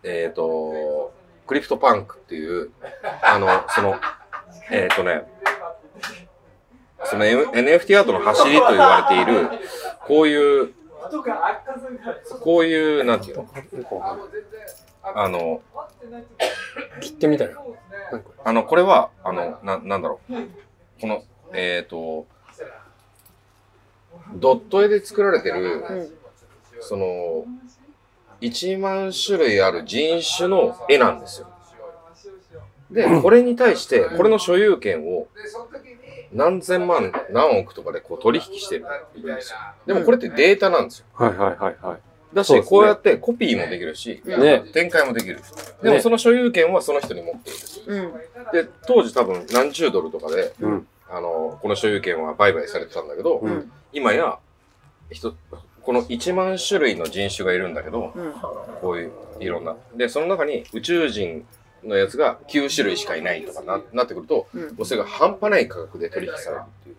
Speaker 2: えっと、クリプトパンクっていう、あの、その、えっとね、その M- NFT アートの走りと言われている、こういう、
Speaker 6: とか悪化するから
Speaker 2: こういう、なんていうの
Speaker 1: よくわかんない
Speaker 2: あの、
Speaker 1: 切ってみたいな。
Speaker 2: あの、これは、あの、な、なんだろう。この、えっ、と、ドット絵で作られてる、その、1万種類ある人種の絵なんですよ。で、これに対して、これの所有権を何千万、何億とかでこう取引してるんですよ。でもこれってデータなんですよ。
Speaker 1: はいはいはいはい。
Speaker 2: だ
Speaker 1: そう
Speaker 2: し、
Speaker 1: ですね
Speaker 2: こうやってコピーもできるし、
Speaker 1: ね
Speaker 2: 展開もできる。でもその所有権はその人に持っている。
Speaker 3: うん。
Speaker 2: で、当時多分何十ドルとかで、
Speaker 1: うん
Speaker 2: あの、この所有権は売買されてたんだけど、
Speaker 1: うん
Speaker 2: 今や、人、この1万種類の人種がいるんだけど、
Speaker 3: うん
Speaker 2: こういう、いろんな。で、その中に宇宙人のやつが9種類しかいないとかななってくると、
Speaker 3: うん
Speaker 2: もうそれが半端ない価格で取引されるっていう。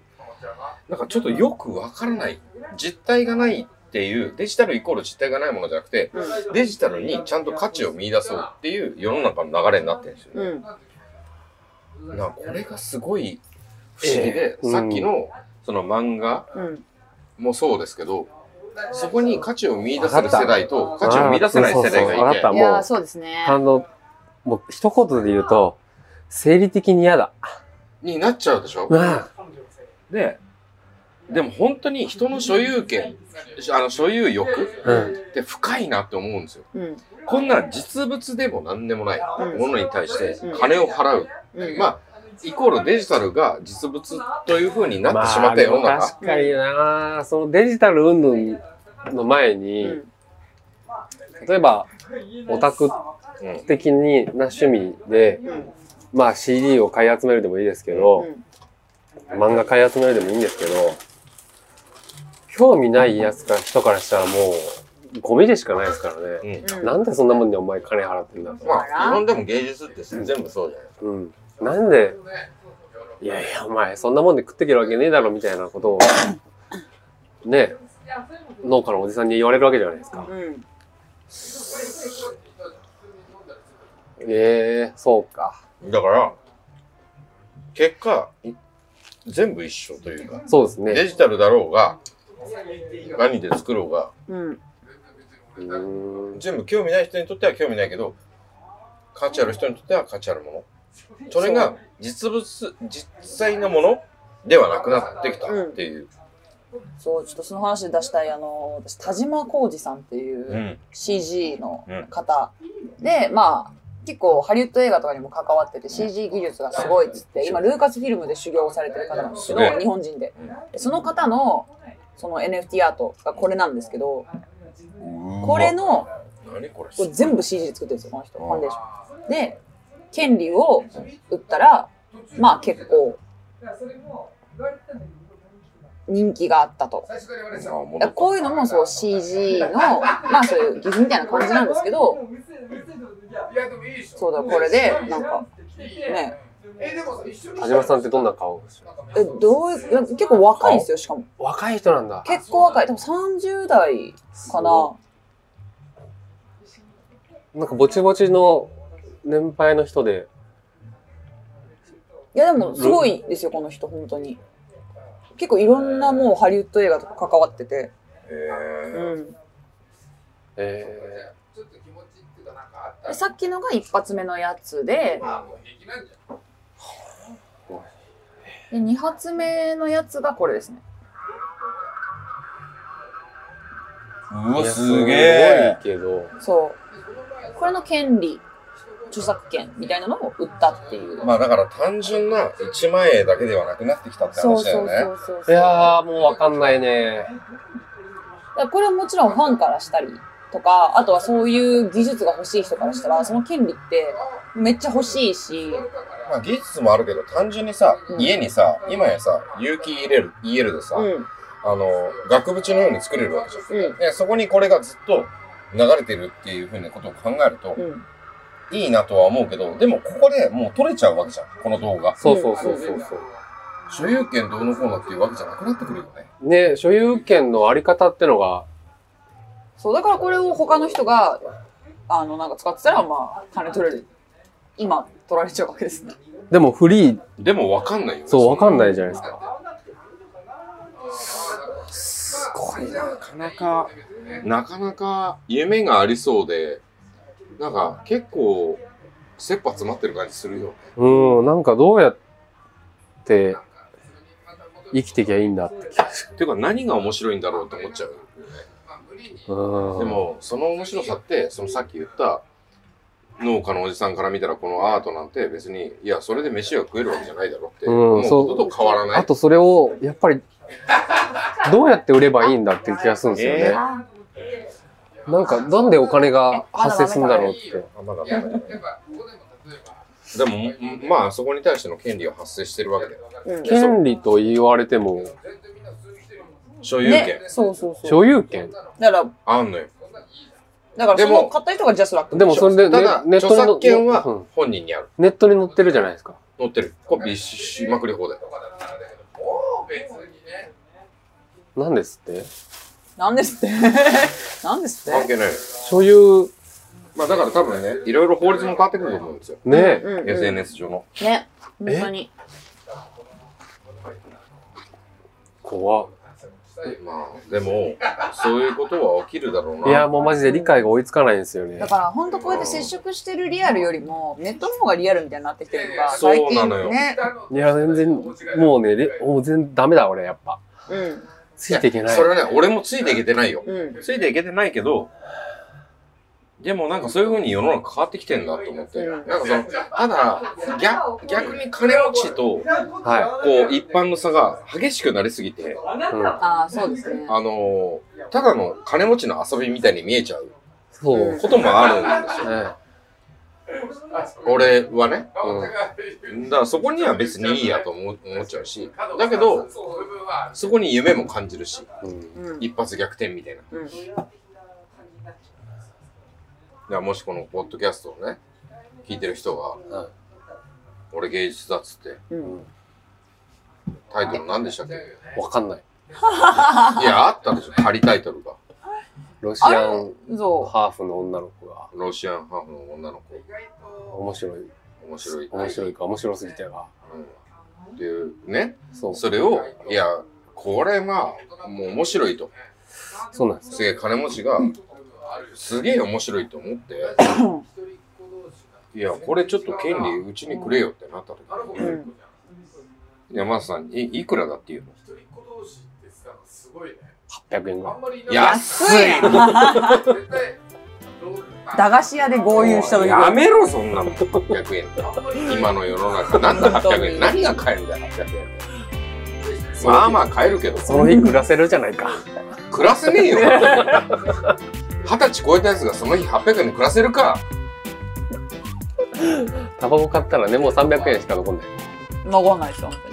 Speaker 2: なんかちょっとよくわからない。実体がないっていう、デジタルイコール実体がないものじゃなくて、デジタルにちゃんと価値を見出そうっていう世の中の流れになってるんですよね。
Speaker 3: うん。
Speaker 2: なこれがすごい不思議で、
Speaker 1: ええ
Speaker 2: さっきのその漫画
Speaker 3: うん。
Speaker 2: もそうですけど、そこに価値を見出せる世代と価値を見出せない世
Speaker 1: あーそう
Speaker 2: 代
Speaker 1: そうそうわ
Speaker 2: が
Speaker 1: か
Speaker 2: い
Speaker 1: ってた、
Speaker 3: いやー、そうですね。
Speaker 1: あの、もう一言で言うと、生理的に嫌だ。
Speaker 2: になっちゃうでしょ
Speaker 1: うわ
Speaker 2: で、でも本当に人の所有権、あの所有欲
Speaker 1: うん。
Speaker 2: って深いなって思うんですよ。
Speaker 3: うん。
Speaker 2: こんな実物でも何でもない
Speaker 3: うん
Speaker 2: ものに対して金を払う。
Speaker 3: うん。
Speaker 2: まあ、イコールデジタルが実物という風になってしま
Speaker 1: まあ
Speaker 2: った
Speaker 1: で
Speaker 2: 世の
Speaker 1: も
Speaker 2: 中。
Speaker 1: 確かになそのデジタル云々の前に、
Speaker 3: うん
Speaker 1: 例えば、オタク的にな趣味で、
Speaker 3: うん
Speaker 1: まあ CD を買い集めるでもいいですけ
Speaker 3: う
Speaker 1: ど、
Speaker 3: ん
Speaker 1: 漫画買い集めるでもいいんですけど、興味ないやつから人からしたらもう、ゴミでしかないですからね。
Speaker 2: うん
Speaker 3: うん
Speaker 1: なんでそんなもんにお前金払ってんだと。
Speaker 2: まあ、基本でも芸術って全部そうじゃない
Speaker 1: うん。なんで、いやいや、お前、そんなもんで食ってけるわけねえだろ、みたいな ことを、ね、農家のおじさんに言われるわけじゃないですか。
Speaker 3: うん。
Speaker 1: ええそうか。
Speaker 2: だから、結果、い全部一緒というか、
Speaker 1: そうですね。
Speaker 2: デジタルだろうが、何で作ろうが、
Speaker 3: うん。
Speaker 1: うーん。
Speaker 2: 全部興味ない人にとっては興味ないけど、価値ある人にとっては価値あるもの。それが実物、実際のものではなくなってきたっていう。
Speaker 3: そう、ちょっとその話で出したい、あの、私、田島浩二さんっていう、
Speaker 2: うん。
Speaker 3: CG の方、でまあ結構ハリウッド映画とかにも関わってて CG 技術がすごいっつって今ルーカスフィルムで修行をされてる方なんですけ
Speaker 2: すげ
Speaker 3: ど
Speaker 2: え
Speaker 3: 日本人ででその方のその NFT アートがこれなんですけどこれの
Speaker 2: 何これ
Speaker 3: これ全部 CG で作ってるんですよこの人ファンデーションで権利を売ったらまあ結構人気があったと
Speaker 2: あも
Speaker 3: だからこういうのもそう CG のまあそういう技術みたいな感じなんですけどそうだ、これで、なんか、ね、
Speaker 1: 田島さんってどんな顔ですか
Speaker 3: え、どういう、いや結構若いんですよ、しかも。
Speaker 1: 若い人なんだ。
Speaker 3: 結構若い、多分30代かな。
Speaker 1: なんかぼちぼちの年配の人で、
Speaker 3: いや、でも、すごいですよ、この人、本当に。結構いろんなもうハリウッド映画とか関わってて。
Speaker 2: え
Speaker 3: うん。
Speaker 1: え
Speaker 3: でさっきのが一発目のやつでで2発目のやつがこれですね
Speaker 2: うわ、す
Speaker 1: す
Speaker 2: げ
Speaker 1: ご
Speaker 2: え。
Speaker 1: いけど、
Speaker 3: そうこれの権利著作権みたいなのを売ったっていう、
Speaker 2: まあだから単純な1万円だけではなくなってきたって
Speaker 3: そう
Speaker 2: 話だ
Speaker 3: そ
Speaker 2: よ
Speaker 3: う
Speaker 2: ね。
Speaker 3: そうそう
Speaker 1: い
Speaker 3: そう
Speaker 1: やー、もうわかんないね。
Speaker 3: だからこれはもちろんファンからしたりとかあとはそういう技術が欲しい人からしたらその権利ってめっちゃ欲しいし
Speaker 2: まあ技術もあるけど、単純にさ、
Speaker 3: うん
Speaker 2: 家にさ、今やさ、有機入れる、イエルでさ、
Speaker 3: うん
Speaker 2: あの、額縁のように作れるわけじゃん。
Speaker 3: うん
Speaker 2: で、そこにこれがずっと流れてるっていうふうなことを考えると
Speaker 3: う、ん
Speaker 2: いいなとは思うけど、でもここでもう撮れちゃうわけじゃん、この動画。
Speaker 1: そうそうそうそうそう。
Speaker 2: 所有権どうのこうのっていうわけじゃなくなってくるよね。
Speaker 1: ね、所有権のあり方ってのが、
Speaker 3: そうだからこれを他の人があのなんか使ってたらまあ金取れる今取られちゃうわけですね
Speaker 1: でもフリー、
Speaker 2: でもわかんないよね。
Speaker 1: そう、わかん
Speaker 2: い。
Speaker 1: ないじゃないですか。
Speaker 2: すごいな、なかなか、なかなか夢がありそうで、なんか結構、切羽詰まってる感じするよ。
Speaker 1: うん、なんかどうやって生きてきゃいいんだって気がす
Speaker 2: っていうか何が面白いんだろうって思っちゃう。
Speaker 1: る。
Speaker 2: で
Speaker 1: うん。
Speaker 2: もその面白さってそのさっき言った農家のおじさんから見たらこのアートなんて別にいやそれで飯が食えるわけじゃないだろうって
Speaker 1: うん
Speaker 2: 思う
Speaker 1: そう
Speaker 2: ことと変わらない。
Speaker 1: あとそれを、やっぱり、どうやって売ればいいんだっていう気がするんですよね。なんか、なんでお金が発生するんだろうって。
Speaker 2: あまだま
Speaker 4: いや
Speaker 2: だ
Speaker 4: やっ
Speaker 2: まだ
Speaker 4: ぱここでも例えば
Speaker 2: でもんまあそこに対しての権利が発生してるわけで
Speaker 1: 権利と言われても、
Speaker 2: 所有権、
Speaker 3: ねそうそうそう
Speaker 1: 所有権
Speaker 3: だから
Speaker 2: あんのよ。
Speaker 3: だから
Speaker 2: で
Speaker 3: そ
Speaker 2: も
Speaker 3: の買った人がジャスラック
Speaker 1: でもそれで
Speaker 2: ただ
Speaker 1: ネネット
Speaker 2: 著
Speaker 1: にの
Speaker 2: 作権は
Speaker 1: うん
Speaker 2: 本人にある。
Speaker 1: ネットに載ってるじゃないですか。
Speaker 2: 載ってる。コピーししまくり放題。
Speaker 4: 別にね
Speaker 1: なんですって
Speaker 3: なんですってなんですっ
Speaker 2: 関
Speaker 3: て
Speaker 2: 係ないの。
Speaker 1: 所有、
Speaker 2: まあだから多分ねいろいろ法律も変わってくると思うんですよ。
Speaker 1: ね、
Speaker 3: うんうん
Speaker 2: SNS 上の。
Speaker 3: ね本当に
Speaker 1: 怖っ
Speaker 2: まあでもそういうことは起きるだろうな。
Speaker 1: いや、もうマジで理解が追いつかないんですよね
Speaker 3: だ。から本当こうやって接触してるリアルよりもネットの方がリアルみたいになってきてるのが
Speaker 2: そう
Speaker 3: 最近
Speaker 2: なのよ
Speaker 3: ね
Speaker 1: いや、全然、もうね、れもう全然ダメだ、俺、やっぱ。
Speaker 3: うん
Speaker 1: ついていけない
Speaker 2: そ。れはね、俺もついていけてないよ。
Speaker 3: うん
Speaker 2: ついていけてないけど、でもなんかそういう風に世の中変わってきてんだと思って。
Speaker 3: うん
Speaker 2: なんかその、ただ、逆、逆に金持ちと、こ
Speaker 1: は
Speaker 2: う、一般の差が激しくなりすぎて、
Speaker 3: ああそうですね
Speaker 2: あのーただの金持ちの遊びみたいに見えちゃう
Speaker 1: そう。
Speaker 3: うん
Speaker 2: こともあるんですよ。
Speaker 1: ね
Speaker 2: 俺はね。
Speaker 4: う
Speaker 2: だからそこには別にいいやと思う思っちゃうし、だけど、そこに夢も感じるし、
Speaker 1: うん
Speaker 3: うん
Speaker 2: 一発逆転みたいな。
Speaker 3: うん
Speaker 2: だからもしこのポッドキャストをね聞いてる人が「
Speaker 1: はい
Speaker 2: 俺芸術だ」っつって
Speaker 3: うん
Speaker 2: タイトル何でしたっけ
Speaker 1: わかんない。
Speaker 2: いやあったでしょ仮タイトルが
Speaker 1: ロシアン
Speaker 3: そ
Speaker 1: ハーフの女の子が
Speaker 2: 「ロシアンハーフの女の子
Speaker 1: 面白い。
Speaker 2: 面白い」
Speaker 1: 面白いか、面白すぎてが。
Speaker 2: うん、っていうね
Speaker 1: そう。
Speaker 2: それをいやこれはもう面白いと
Speaker 1: そうなんですよ。
Speaker 2: すげえ金持ちがすげえ面白いと思っていやこれちょっと権利うちにくれよってなった時
Speaker 3: う
Speaker 2: に
Speaker 3: ん
Speaker 2: 山田さんいいくらだっていうの
Speaker 1: 800円ぐらい。
Speaker 2: 安
Speaker 3: い駄菓子屋で合流した時
Speaker 2: やめろそんなの800円今の世の中なんだ800円何が買えるんだよ800円まあまあ買えるけど
Speaker 1: その日暮らせるじゃないか。
Speaker 2: 暮らせねえよ二十歳超えたやつがその日800円で暮らせるか
Speaker 1: タバコ買ったらね、もう300円しか残んない。
Speaker 3: 残んないですよ本当に